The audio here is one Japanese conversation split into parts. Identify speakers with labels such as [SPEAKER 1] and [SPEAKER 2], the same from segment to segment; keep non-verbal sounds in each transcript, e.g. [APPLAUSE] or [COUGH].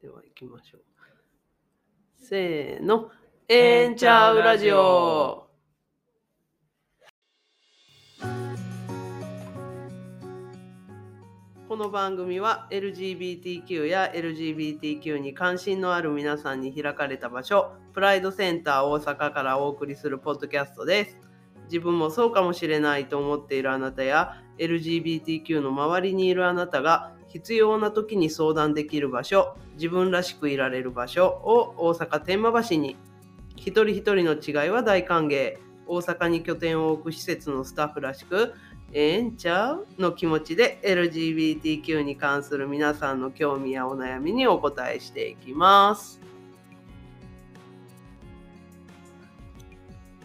[SPEAKER 1] では行きましょう。せーの。エンチャウラジオ。この番組は LGBTQ や LGBTQ に関心のある皆さんに開かれた場所、プライドセンター大阪からお送りするポッドキャストです。自分もそうかもしれないと思っているあなたや LGBTQ の周りにいるあなたが必要な時に相談できる場所自分らしくいられる場所を大阪天満橋に一人一人の違いは大歓迎大阪に拠点を置く施設のスタッフらしくええんちゃうの気持ちで LGBTQ に関する皆さんの興味やお悩みにお答えしていきます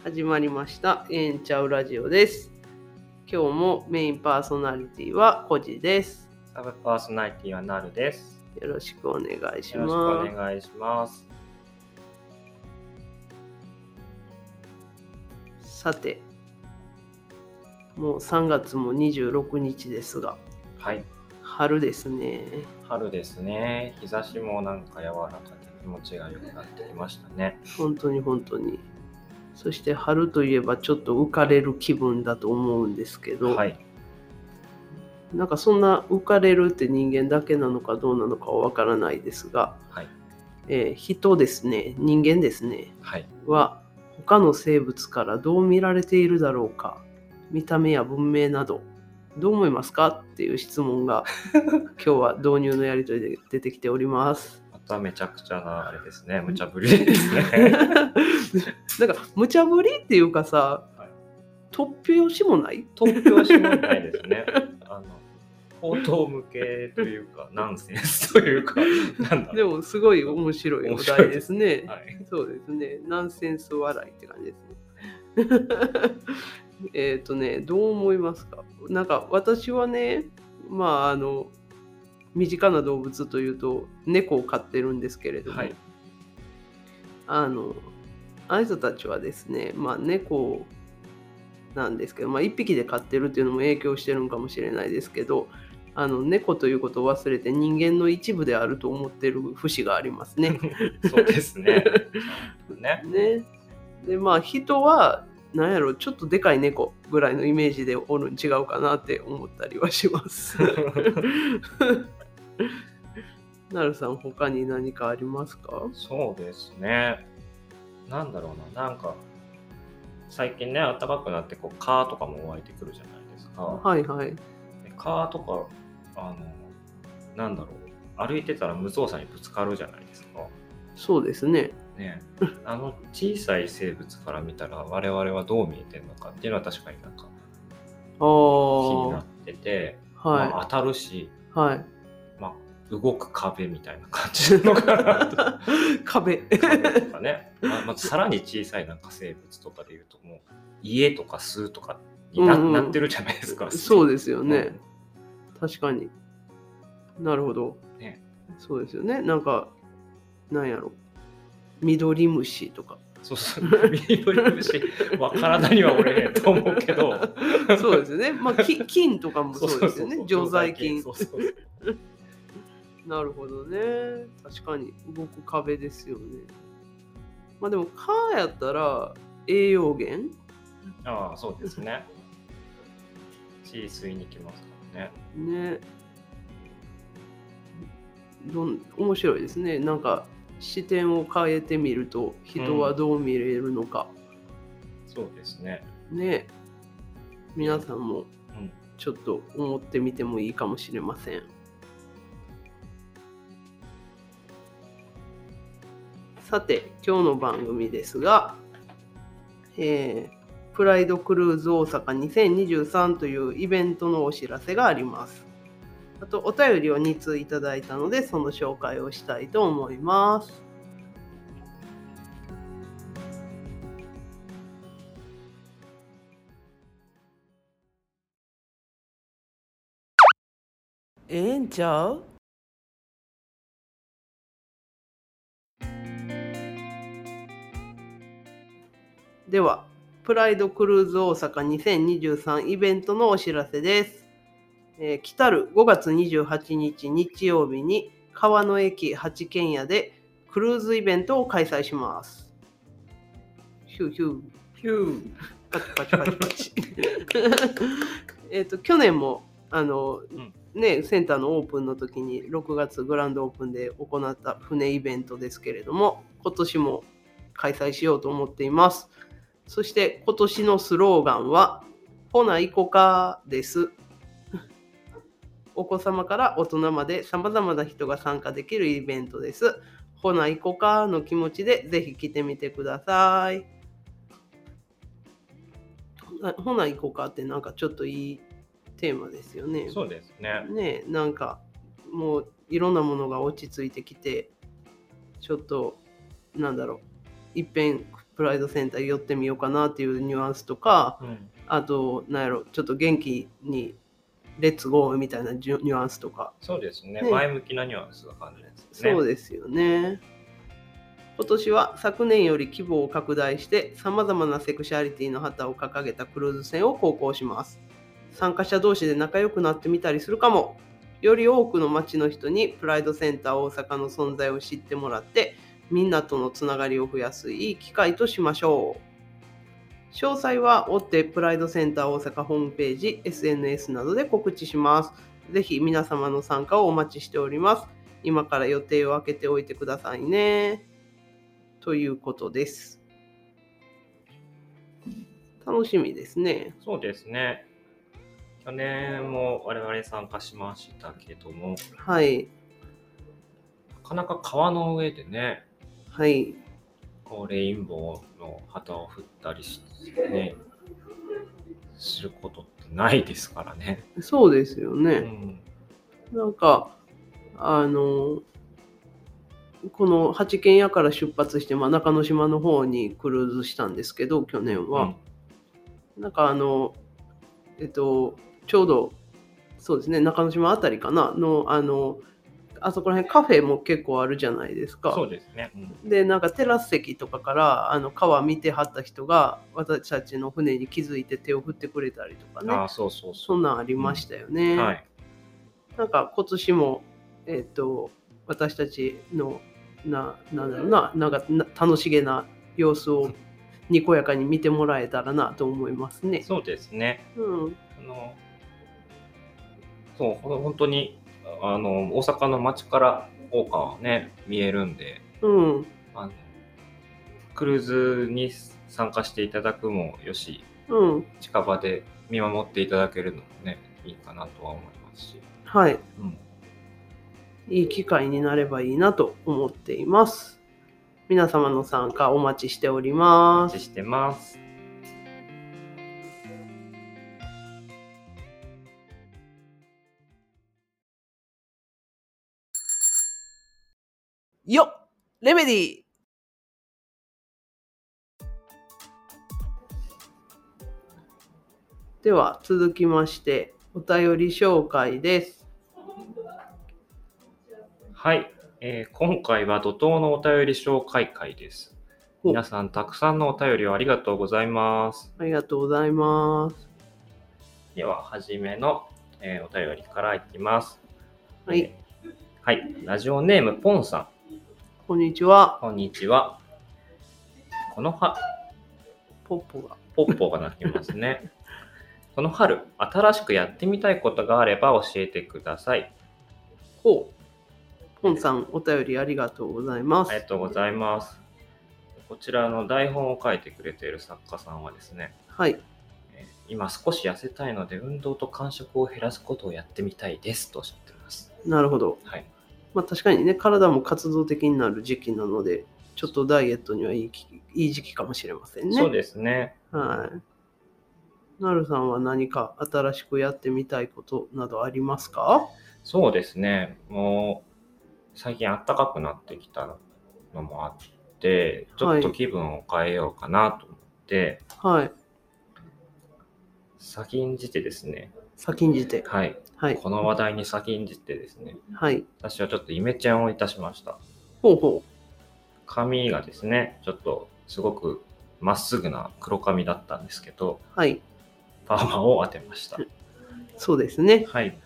[SPEAKER 1] 始まりましたええんちゃうラジオです今日もメインパーソナリティはコジです
[SPEAKER 2] サブパーソナリティはなるです。
[SPEAKER 1] よろしくお願いし
[SPEAKER 2] よろ
[SPEAKER 1] ま
[SPEAKER 2] しく
[SPEAKER 1] す
[SPEAKER 2] お。願いします。
[SPEAKER 1] さて、もう3月も26日ですが、
[SPEAKER 2] はい、
[SPEAKER 1] 春ですね。
[SPEAKER 2] 春ですね。日差しもなんか柔らかくて気持ちが良くなってきましたね。
[SPEAKER 1] 本当に本当に。そして春といえばちょっと浮かれる気分だと思うんですけど、
[SPEAKER 2] はい、
[SPEAKER 1] なんかそんな浮かれるって人間だけなのかどうなのかはわからないですが、
[SPEAKER 2] はい、
[SPEAKER 1] えー人ですね、人間ですね、
[SPEAKER 2] はい。
[SPEAKER 1] は他の生物からどう見られているだろうか見た目や文明などどう思いますかっていう質問
[SPEAKER 2] [LAUGHS]
[SPEAKER 1] が今日は導入のやり取りで出てきております。
[SPEAKER 2] まためちゃくちゃなあれですね。無茶ぶりで
[SPEAKER 1] [LAUGHS]
[SPEAKER 2] すね。
[SPEAKER 1] なんか無茶ぶりっていうかさ、
[SPEAKER 2] はい
[SPEAKER 1] 突拍子もない
[SPEAKER 2] 突拍子もないですね。あの口頭向けというか、ナンセンスというか、なんだ
[SPEAKER 1] で
[SPEAKER 2] ろ
[SPEAKER 1] もすごい面白いお
[SPEAKER 2] 面白
[SPEAKER 1] 題
[SPEAKER 2] い
[SPEAKER 1] で
[SPEAKER 2] ですす
[SPEAKER 1] ね。
[SPEAKER 2] う。はい、
[SPEAKER 1] そうですね。ナンセンス笑いって感じですね。 [LAUGHS] えっとね、どう思いますかなんか私はね、まああの、身近な動物というと猫を飼ってるんですけれども、
[SPEAKER 2] はい、
[SPEAKER 1] あの、あの人たちはですね、まあ猫なんですけど、まあ一匹で飼ってるっていうのも影響してるのかもしれないですけど、あの猫ということを忘れて人間の一部であると思ってる節がありますね。
[SPEAKER 2] そうで
[SPEAKER 1] [LAUGHS]
[SPEAKER 2] すね。ね、
[SPEAKER 1] ね。でまあ人はなんやろちょっとでかい猫ぐらいのイメージでおるん違うかなって思ったりはします。 [LAUGHS] なるさん他に何かありますか？
[SPEAKER 2] そうですね。なんだろうな、なんか、最近ね、暖かくなって、こう、蚊とかも湧いてくるじゃないですか。
[SPEAKER 1] はいはい。
[SPEAKER 2] で蚊とか、あの、なんだろう、歩いてたら無造作にぶつかるじゃないですか。
[SPEAKER 1] そうですね。 [LAUGHS]
[SPEAKER 2] ね、あの小さい生物から見たら我々はどう見えてるのかっていうのは確かになんか
[SPEAKER 1] あ
[SPEAKER 2] 気にな
[SPEAKER 1] あ
[SPEAKER 2] ってて、ま
[SPEAKER 1] は
[SPEAKER 2] あ、当たるし、
[SPEAKER 1] いはい。
[SPEAKER 2] まあ、動く壁みたいな感じなのか
[SPEAKER 1] [LAUGHS]
[SPEAKER 2] なと
[SPEAKER 1] 壁。
[SPEAKER 2] とかね、まあまあ、さらに小さいなんか生物とかでいうともう家とか巣とかにな,、
[SPEAKER 1] うんうん
[SPEAKER 2] なってるじゃないですか。
[SPEAKER 1] そう
[SPEAKER 2] で
[SPEAKER 1] ですよね。確かに。なるほど。
[SPEAKER 2] ね
[SPEAKER 1] そうですよね。なんかなんやろ緑虫とか。
[SPEAKER 2] そうそう緑虫まあ体には折れへんと思うけど
[SPEAKER 1] そうですよ [LAUGHS] ね。まあき菌とかもそうですよね。常在菌。
[SPEAKER 2] そうそうそう
[SPEAKER 1] なるほどね。確かに動く壁ですよね。まあでも蚊やったら栄養源
[SPEAKER 2] ああそうですね血吸いに来ますからね
[SPEAKER 1] ね。どん面白いですね。なんか視点を変えてみると人はどう見れるのか。
[SPEAKER 2] そうですね
[SPEAKER 1] ね。皆さんも
[SPEAKER 2] うん
[SPEAKER 1] ちょっと思ってみてもいいかもしれません。さて今日の番組ですが、えープライドクルーズ大阪2023というイベントのお知らせがあります。あとお便りを2通いただいたのでその紹介をしたいと思います。ええんちゃうでは、プライドクルーズ大阪2023イベントのお知らせです。えー来たる5月28日日曜日に神川の駅八軒家でクルーズイベントを開催します。ヒューヒュー。
[SPEAKER 2] ヒュー。
[SPEAKER 1] パチパチパチパチ。えっと去年もあの、
[SPEAKER 2] ん
[SPEAKER 1] ねセンターのオープンの時に6月グランドオープンで行った船イベントですけれども今年も開催しようと思っています。そして今年のスローガンは「ほな行こか」です。お子様から大人までさまざまな人が参加できるイベントです。ほな行こかの気持ちでぜひ来てみてください。あほな行こうかってなんかちょっといいテーマですよね。
[SPEAKER 2] そうですね。
[SPEAKER 1] ねえなんかもういろんなものが落ち着いてきてちょっとなんだろういっぺんプライドセンター寄ってみようかなっていうニュアンスとか
[SPEAKER 2] うん。
[SPEAKER 1] あとなんやろちょっと元気にレッツゴーみたいなジュニュアンスとか、
[SPEAKER 2] そうですね。
[SPEAKER 1] ね
[SPEAKER 2] 前向きなニュアンスが感じですね。
[SPEAKER 1] そう
[SPEAKER 2] す。
[SPEAKER 1] ですよね。今年は昨年より規模を拡大してさまざまなセクシャリティの旗を掲げたクルーズ船を航行します。参加者同士で仲良くなってみたりするかも。より多くの町の人にプライドセンター大阪の存在を知ってもらってみんなとのつながりを増やすいい機会としましょう。詳細は追ってプライドセンター大阪ホームページ、SNS などで告知します。ぜひ皆様の参加をお待ちしております。今から予定を空けておいてくださいね。ということです。楽しみですね。
[SPEAKER 2] そうですね。去年も我々参加しましたけども、
[SPEAKER 1] はい。
[SPEAKER 2] なかなか川の上でね、
[SPEAKER 1] はい。
[SPEAKER 2] こうレインボーの旗を振ったりしてね、することってないですからね。
[SPEAKER 1] そうですよ
[SPEAKER 2] う
[SPEAKER 1] ね。
[SPEAKER 2] ん。
[SPEAKER 1] なんか、あの、この八軒屋から出発して、まあ、中之島の方にクルーズしたんですけど、去年は。なんかあの、えっと、ちょうど、そうですね、中之島あたりかな、の、あの、あそこら辺カフェも結構あるじゃないです
[SPEAKER 2] う
[SPEAKER 1] か。
[SPEAKER 2] んそうですね。うん
[SPEAKER 1] でなんかテラス席とかからあの川見てはった人が私たちの船に気づいて手を振ってくれたりとか
[SPEAKER 2] あ
[SPEAKER 1] ね
[SPEAKER 2] あ、そうそうそ
[SPEAKER 1] そ。
[SPEAKER 2] うん
[SPEAKER 1] なんありましたよね。
[SPEAKER 2] はい。
[SPEAKER 1] なんか今年も、えっと私たちのななんだろうななんかな楽しげな様子をにこやかに見てもらえたらなと思いますね。
[SPEAKER 2] そうですね。
[SPEAKER 1] うん、
[SPEAKER 2] あのそう、ほん本当にあの大阪の街から大川はね、見えるんで、
[SPEAKER 1] うん、
[SPEAKER 2] あのクルーズに参加していただくもよし、
[SPEAKER 1] うん、
[SPEAKER 2] 近場で見守っていただけるのもね、いいかなとは思いますし。
[SPEAKER 1] はい
[SPEAKER 2] うん、
[SPEAKER 1] いい機会になればいいなと思っています。皆様の参加お待ちしており
[SPEAKER 2] お
[SPEAKER 1] ます
[SPEAKER 2] 待ち。してます。
[SPEAKER 1] よっレメディーでは続きましてお便り紹介です。
[SPEAKER 2] はい、えー今回は怒涛のお便り紹介会です。
[SPEAKER 1] お
[SPEAKER 2] 皆さん、たくさんのお便りをありがとうございます。
[SPEAKER 1] ありがとうございます。
[SPEAKER 2] では、はじめの、えーお便りからいきます。
[SPEAKER 1] はい
[SPEAKER 2] えーはい、ラジオネームポンさん、
[SPEAKER 1] こんにちは。
[SPEAKER 2] こんにちは。このは
[SPEAKER 1] ポッポが。
[SPEAKER 2] ポッポが鳴きますね。この春、新しくやってみたいことがあれば教えてください。
[SPEAKER 1] ほう。ポンさん、お便りありがとうございます
[SPEAKER 2] あり。がとうございます。こちらの台本を書いてくれている作家さんはですね、
[SPEAKER 1] はい。
[SPEAKER 2] えー今少し痩せたいので運動と間食を減らすことをやってみたいですとおっしゃってます。
[SPEAKER 1] なるほど。
[SPEAKER 2] はい、
[SPEAKER 1] まあ確かにね、体も活動的になる時期なので、ちょっとダイエットにはいいきいい時期かもしれませんね。
[SPEAKER 2] そうですね。
[SPEAKER 1] はい。なるさんは何か新しくやってみたいことなどありますか
[SPEAKER 2] そうですね。もう最近暖かくなってきたのもあって、ちょっと気分を変えようかなと思って、
[SPEAKER 1] はい。
[SPEAKER 2] 先んじてですね、
[SPEAKER 1] 先んじて。
[SPEAKER 2] はい、
[SPEAKER 1] はい。
[SPEAKER 2] この話題に先んじてですね、
[SPEAKER 1] はい。
[SPEAKER 2] 私はちょっとイメチェンをいたしました。
[SPEAKER 1] ほうほ
[SPEAKER 2] 髪がですね、ちょっとすごくまっすぐな黒髪だったんですけど、
[SPEAKER 1] う。はい。
[SPEAKER 2] パーマを当てました。
[SPEAKER 1] そうですね。
[SPEAKER 2] はい。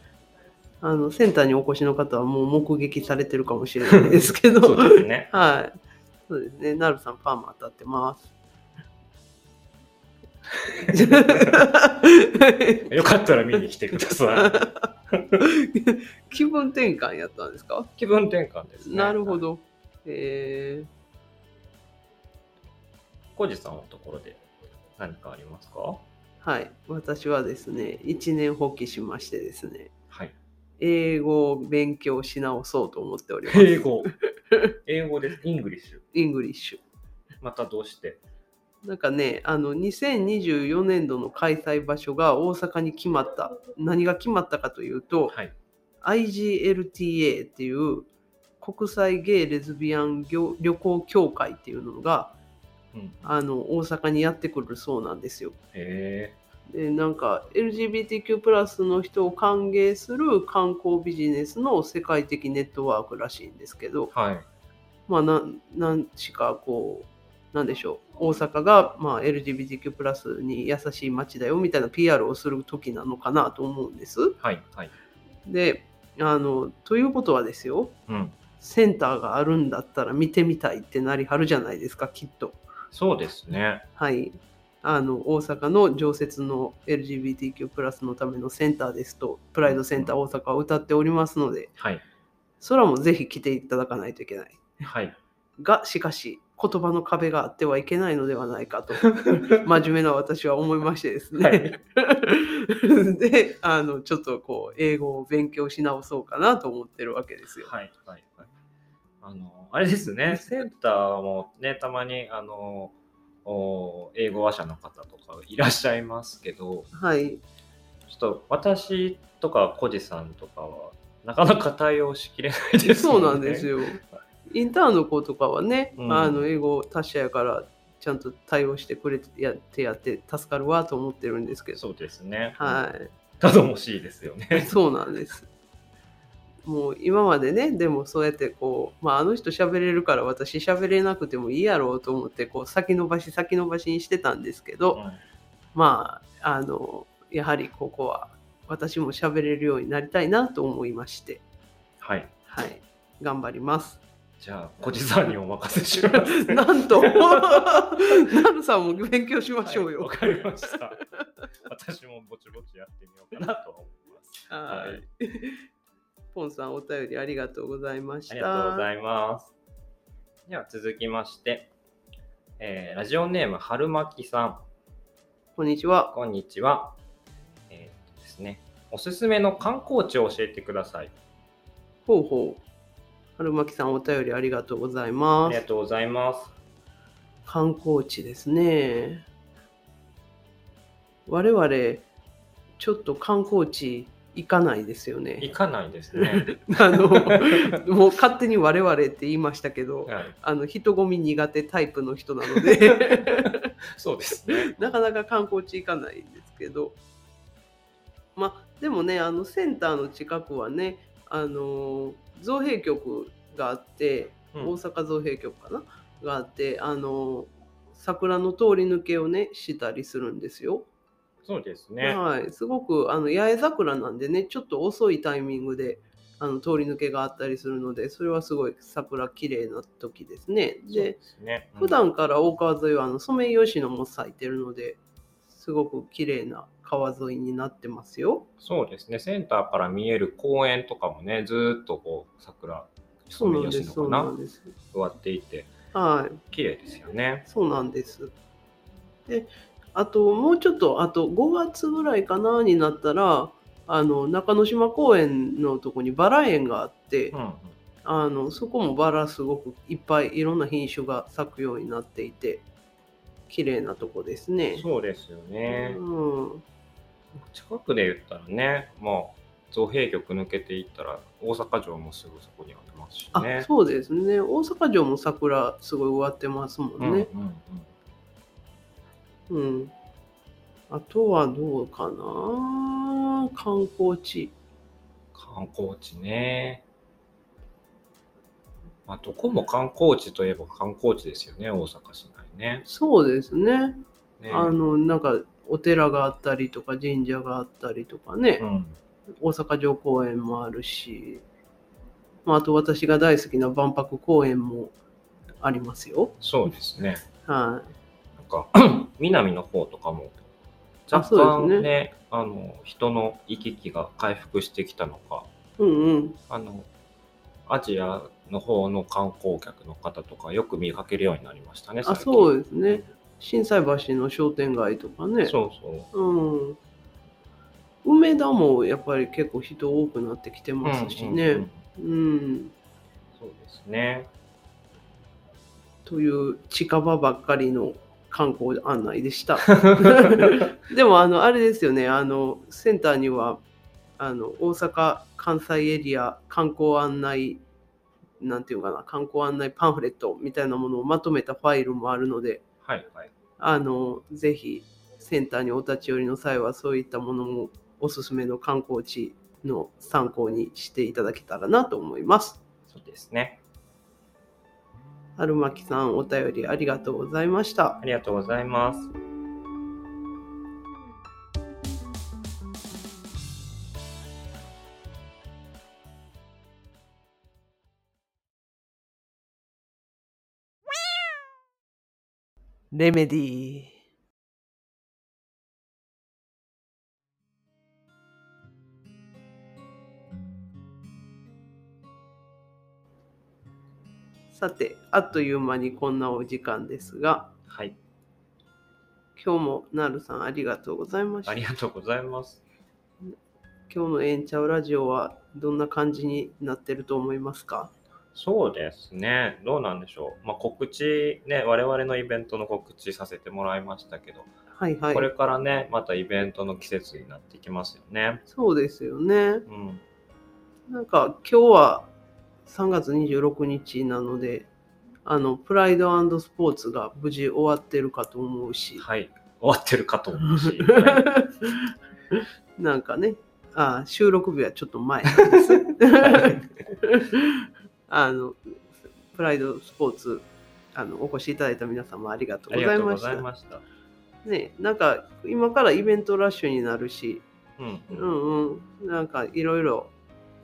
[SPEAKER 1] あのセンターにお越しの方はもう目撃されてるかもしれないですけど、
[SPEAKER 2] [LAUGHS] そうですね。
[SPEAKER 1] はい。そうですね。なるさん、パーマ当たって
[SPEAKER 2] [LAUGHS]
[SPEAKER 1] ます。 [LAUGHS]
[SPEAKER 2] よかったら見に来てください。
[SPEAKER 1] 気分転換やったんですか、
[SPEAKER 2] 気分転換ですね。
[SPEAKER 1] なるほ
[SPEAKER 2] ど。
[SPEAKER 1] ど。え
[SPEAKER 2] コジさんのところで何かありますか
[SPEAKER 1] ー、はい。私はですね、一年放棄しましてですね、
[SPEAKER 2] はい。
[SPEAKER 1] 英語を勉強し直そうと思っております。
[SPEAKER 2] 英語。英語です。イングリッシュ。
[SPEAKER 1] イングリッシュ。
[SPEAKER 2] またどうして
[SPEAKER 1] なんかね、あの2024年度の開催場所が大阪に決まった。何が決まったかというと、
[SPEAKER 2] はい。
[SPEAKER 1] IGLTA っていう国際ゲイ・レズビアン業旅行協会っていうのが
[SPEAKER 2] うん。へ
[SPEAKER 1] あの大阪にやってくるそうなんですよ。
[SPEAKER 2] え。
[SPEAKER 1] でなんか LGBTQ+ の人を歓迎する観光ビジネスの世界的ネットワークらしいんですけど、
[SPEAKER 2] はい。
[SPEAKER 1] まあ、なんなんしかこう、なんでしょう、大阪が、まあ、LGBTQ プラスに優しい街だよみたいな PR をする時なのかなと思うんです。
[SPEAKER 2] はい。はい。
[SPEAKER 1] であのということはですよ、
[SPEAKER 2] うん。
[SPEAKER 1] センターがあるんだったら見てみたいってなりはるじゃないですか、きっと。
[SPEAKER 2] そうですね。
[SPEAKER 1] はい。あの大阪の常設の LGBTQ プラスのためのセンターですと、プライドセンター大阪を歌っておりますので、
[SPEAKER 2] はい。
[SPEAKER 1] それはもうぜひ来ていただかないといけない。
[SPEAKER 2] はい。
[SPEAKER 1] がしかし言葉の壁があってはいけないのではない [LAUGHS] かと真面目な私は思いましてですね、
[SPEAKER 2] はい
[SPEAKER 1] [LAUGHS] であのちょっとこう英語を勉強し直そうかなと思ってるわけですよ。
[SPEAKER 2] はいはいはい。あの、あれですね、センターもね、たまに、あの、お英語話者の方とかいらっしゃいますけど、
[SPEAKER 1] はい、
[SPEAKER 2] ちょっと私とかコジさんとかは、なかなか対応しきれないですも
[SPEAKER 1] そ
[SPEAKER 2] ね
[SPEAKER 1] うなんです。よ。インターンの子とかはね、
[SPEAKER 2] うん
[SPEAKER 1] あの英語達者やからちゃんと対応してくれてやってやって助かるわと思ってるんですけど、
[SPEAKER 2] そうですね。
[SPEAKER 1] はい、
[SPEAKER 2] い。たどもしいですよ
[SPEAKER 1] [LAUGHS]
[SPEAKER 2] ね。
[SPEAKER 1] そうなんです。もう今までねでもそうやってこう、まあ、あの人喋れるから私喋れなくてもいいやろうと思ってこう先延ばし先延ばしにしてたんですけ
[SPEAKER 2] う
[SPEAKER 1] ど、
[SPEAKER 2] ん
[SPEAKER 1] まああのやはりここは私も喋れるようになりたいなと思いまして
[SPEAKER 2] はい。
[SPEAKER 1] はい頑張ります。
[SPEAKER 2] じゃあ、コジさんにお任せ
[SPEAKER 1] [LAUGHS]
[SPEAKER 2] します。
[SPEAKER 1] なんとなるさんも勉強しましょう
[SPEAKER 2] はいわ、
[SPEAKER 1] よ。
[SPEAKER 2] かりました。私もぼちぼちやってみようかなと思います。
[SPEAKER 1] はい
[SPEAKER 2] はい
[SPEAKER 1] ポンさんお便りありがとうございました。
[SPEAKER 2] ありがとうございます。では続きまして、えーラジオネーム春巻さん、
[SPEAKER 1] こんにちは。
[SPEAKER 2] こんにちは。えーとですね、おすすめの観光地を教えてください。
[SPEAKER 1] ほうほう。春巻さん、お便りありがとうござい
[SPEAKER 2] あ
[SPEAKER 1] ま
[SPEAKER 2] りが
[SPEAKER 1] す。
[SPEAKER 2] とうございます。
[SPEAKER 1] 観光地ですね。我々、ちょっと観光地行かないですよ
[SPEAKER 2] 行
[SPEAKER 1] ね。
[SPEAKER 2] かないですね。
[SPEAKER 1] [LAUGHS] あの、もう勝手に我々って言いましたけど、
[SPEAKER 2] はい、
[SPEAKER 1] あの人混み苦手タイプの人なので、
[SPEAKER 2] そうですね。
[SPEAKER 1] なかなか観光地行かないんですけど、まあ、でもね、あのセンターの近くはね、あの造幣局があって、
[SPEAKER 2] うん
[SPEAKER 1] 大阪造幣局かながあってあの桜の通り抜けをねしたりするんですよ。
[SPEAKER 2] そうですね。
[SPEAKER 1] はい、すごくあの八重桜なんでねちょっと遅いタイミングであの通り抜けがあったりするのでそれはすごい桜綺麗な時ですね。
[SPEAKER 2] そう
[SPEAKER 1] で
[SPEAKER 2] ですね。うん
[SPEAKER 1] 普段から大川沿いはあのソメイヨシノも咲いてるのですごく綺麗な川沿いになってますよ。
[SPEAKER 2] そうですね。センターから見える公園とかもね、ずーっとこう桜、
[SPEAKER 1] そうなんです
[SPEAKER 2] ソ
[SPEAKER 1] そ
[SPEAKER 2] メ
[SPEAKER 1] う
[SPEAKER 2] イヨシノ
[SPEAKER 1] な
[SPEAKER 2] か
[SPEAKER 1] ん
[SPEAKER 2] な
[SPEAKER 1] です。
[SPEAKER 2] 植わっていて、
[SPEAKER 1] はい
[SPEAKER 2] 綺麗ですよね。
[SPEAKER 1] そうなんです。で、あともうちょっと、あと5月ぐらいかなになったら、あの中之島公園のとこにバラ園があって、
[SPEAKER 2] うんうん、
[SPEAKER 1] あのそこもバラすごくいっぱいいろんな品種が咲くようになっていて、綺麗なとこですね。
[SPEAKER 2] そうですよね。
[SPEAKER 1] うん、
[SPEAKER 2] 近くで言ったらね、まあ、造幣局抜けていったら、大阪城もすぐそこにありますし
[SPEAKER 1] あ、
[SPEAKER 2] ね。
[SPEAKER 1] そうですね。大阪城も桜すごい植わってますも
[SPEAKER 2] うんん
[SPEAKER 1] ね。
[SPEAKER 2] うんうん
[SPEAKER 1] うん。あとはどうかな観光地。
[SPEAKER 2] 観光地ね。まあ、どこも観光地といえば観光地ですよね、大阪市内ね。
[SPEAKER 1] そうですね。
[SPEAKER 2] ね
[SPEAKER 1] あのなんかお寺があったりとか神社があったりとかね
[SPEAKER 2] う、ん、
[SPEAKER 1] 大阪城公園もあるし、まあ、あと私が大好きな万博公園もありますよ。
[SPEAKER 2] そうですね。
[SPEAKER 1] は
[SPEAKER 2] なんか [CLEARS THROAT] 南の方とかも
[SPEAKER 1] あ
[SPEAKER 2] 若
[SPEAKER 1] そう
[SPEAKER 2] 干
[SPEAKER 1] ですね
[SPEAKER 2] ねあの人の行き来が回復してきたのか
[SPEAKER 1] い。うんうん。
[SPEAKER 2] あのアジアの方の観光客の方とかよく見かけるようになりましたね。
[SPEAKER 1] あ、
[SPEAKER 2] 最近
[SPEAKER 1] そうですね。心斎橋の商店街とかね。
[SPEAKER 2] そうそう。
[SPEAKER 1] うん。梅田もやっぱり結構人多くなってきてますし
[SPEAKER 2] うんうんう
[SPEAKER 1] ね。う
[SPEAKER 2] ん
[SPEAKER 1] ん。
[SPEAKER 2] そうですね。
[SPEAKER 1] という近場ばっかりの観光案内で
[SPEAKER 2] [LAUGHS]
[SPEAKER 1] した。でもあのあれですよねあのセンターにはあの大阪関西エリア観光案内なんていうかな観光案内パンフレットみたいなものをまとめたファイルもあるので
[SPEAKER 2] はいはい。
[SPEAKER 1] あのぜひセンターにお立ち寄りの際はそういったものもおすすめの観光地の参考にしていただけたらなと思います。
[SPEAKER 2] そうですね。
[SPEAKER 1] 春巻さんお便りありがとうございました。
[SPEAKER 2] ありがとうございます。
[SPEAKER 1] レメディー。さて、あっという間にこんなお時間ですが、
[SPEAKER 2] はい。
[SPEAKER 1] 今日もなるさんありがとうございました。
[SPEAKER 2] あり
[SPEAKER 1] 今
[SPEAKER 2] がとうございます。
[SPEAKER 1] 日のエンチャウラジオはどんな感じになってると思いますか
[SPEAKER 2] そうですね。どうなんでしょう。まあ、告知ね、我々のイベントの告知させてもらいましたけど、
[SPEAKER 1] はいはい
[SPEAKER 2] こ。れからね、またイベントの季節になってきますよね。
[SPEAKER 1] そうですよね。
[SPEAKER 2] うん。
[SPEAKER 1] なんか今日は3月26日なので、あのプライドスポーツが無事終わってるかと思うし、
[SPEAKER 2] はい。終わってるかと思
[SPEAKER 1] [LAUGHS]
[SPEAKER 2] うし。はい
[SPEAKER 1] なんかね、あ収録日はちょっと
[SPEAKER 2] [LAUGHS]
[SPEAKER 1] 前なんです。あのプライドスポーツあのお越しいただいた皆様ありがとうご
[SPEAKER 2] あり
[SPEAKER 1] ざ
[SPEAKER 2] が
[SPEAKER 1] い
[SPEAKER 2] とうご
[SPEAKER 1] まし
[SPEAKER 2] ざい
[SPEAKER 1] た。
[SPEAKER 2] ました。
[SPEAKER 1] ね、なんか今からイベントラッシュになるし、
[SPEAKER 2] うん、
[SPEAKER 1] う
[SPEAKER 2] うん。
[SPEAKER 1] んうん、なんかいろいろ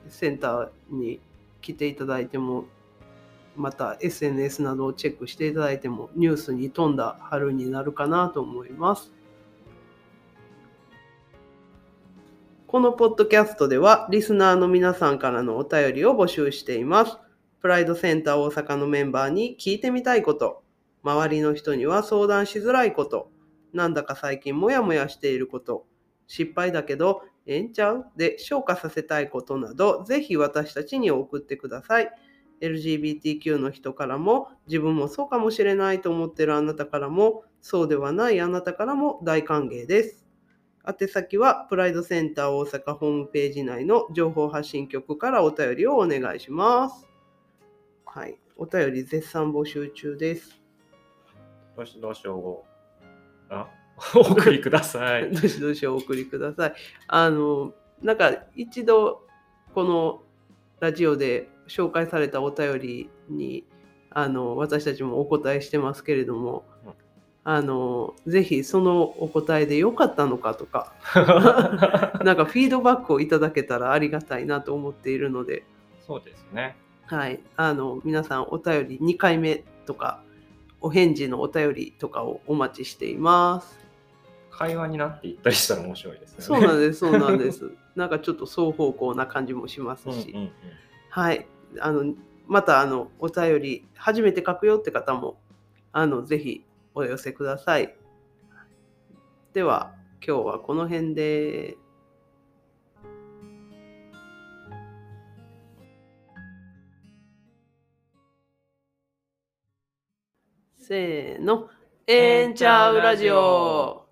[SPEAKER 1] センターに来ていただいてもまた SNS などをチェックしていただいてもニュースに富んだ春になるかなと思います。このポッドキャストではリスナーの皆さんからのお便りを募集しています。プライドセンター大阪のメンバーに聞いてみたいこと、周りの人には相談しづらいこと、なんだか最近モヤモヤしていること、失敗だけど、ええんちゃうで消化させたいことなど、ぜひ私たちに送ってください。LGBTQ の人からも、自分もそうかもしれないと思ってるあなたからも、そうではないあなたからも大歓迎です。宛先は、プライドセンター大阪ホームページ内の情報発信局からお便りをお願いします。はい。お便り絶賛募集中です。
[SPEAKER 2] どしどしおあ [LAUGHS] お送りください。
[SPEAKER 1] どしどしお送りください。あの、なんか一度、このラジオで紹介されたお便りに、あの、私たちもお答えしてますけれども
[SPEAKER 2] うん、
[SPEAKER 1] あの、ぜひそのお答えで良かったのかと
[SPEAKER 2] [LAUGHS]
[SPEAKER 1] か、なんかフィードバックをいただけたらありがたいなと思っているので、
[SPEAKER 2] [LAUGHS] そうですね。
[SPEAKER 1] はい、あの皆さんお便り2回目とかお返事のお便りとかをお待ちしています。
[SPEAKER 2] 会話になっていったりしたら面白いです
[SPEAKER 1] そ
[SPEAKER 2] よね。
[SPEAKER 1] うなん
[SPEAKER 2] [LAUGHS]
[SPEAKER 1] です、そうなんです。なんかちょっと双方向な感じもしますし、
[SPEAKER 2] うんうんうん
[SPEAKER 1] はい、あのまたあのお便り初めて書くよって方もあのぜひお寄せください。では今日はこの辺で。せーの、エンチャウラジオ。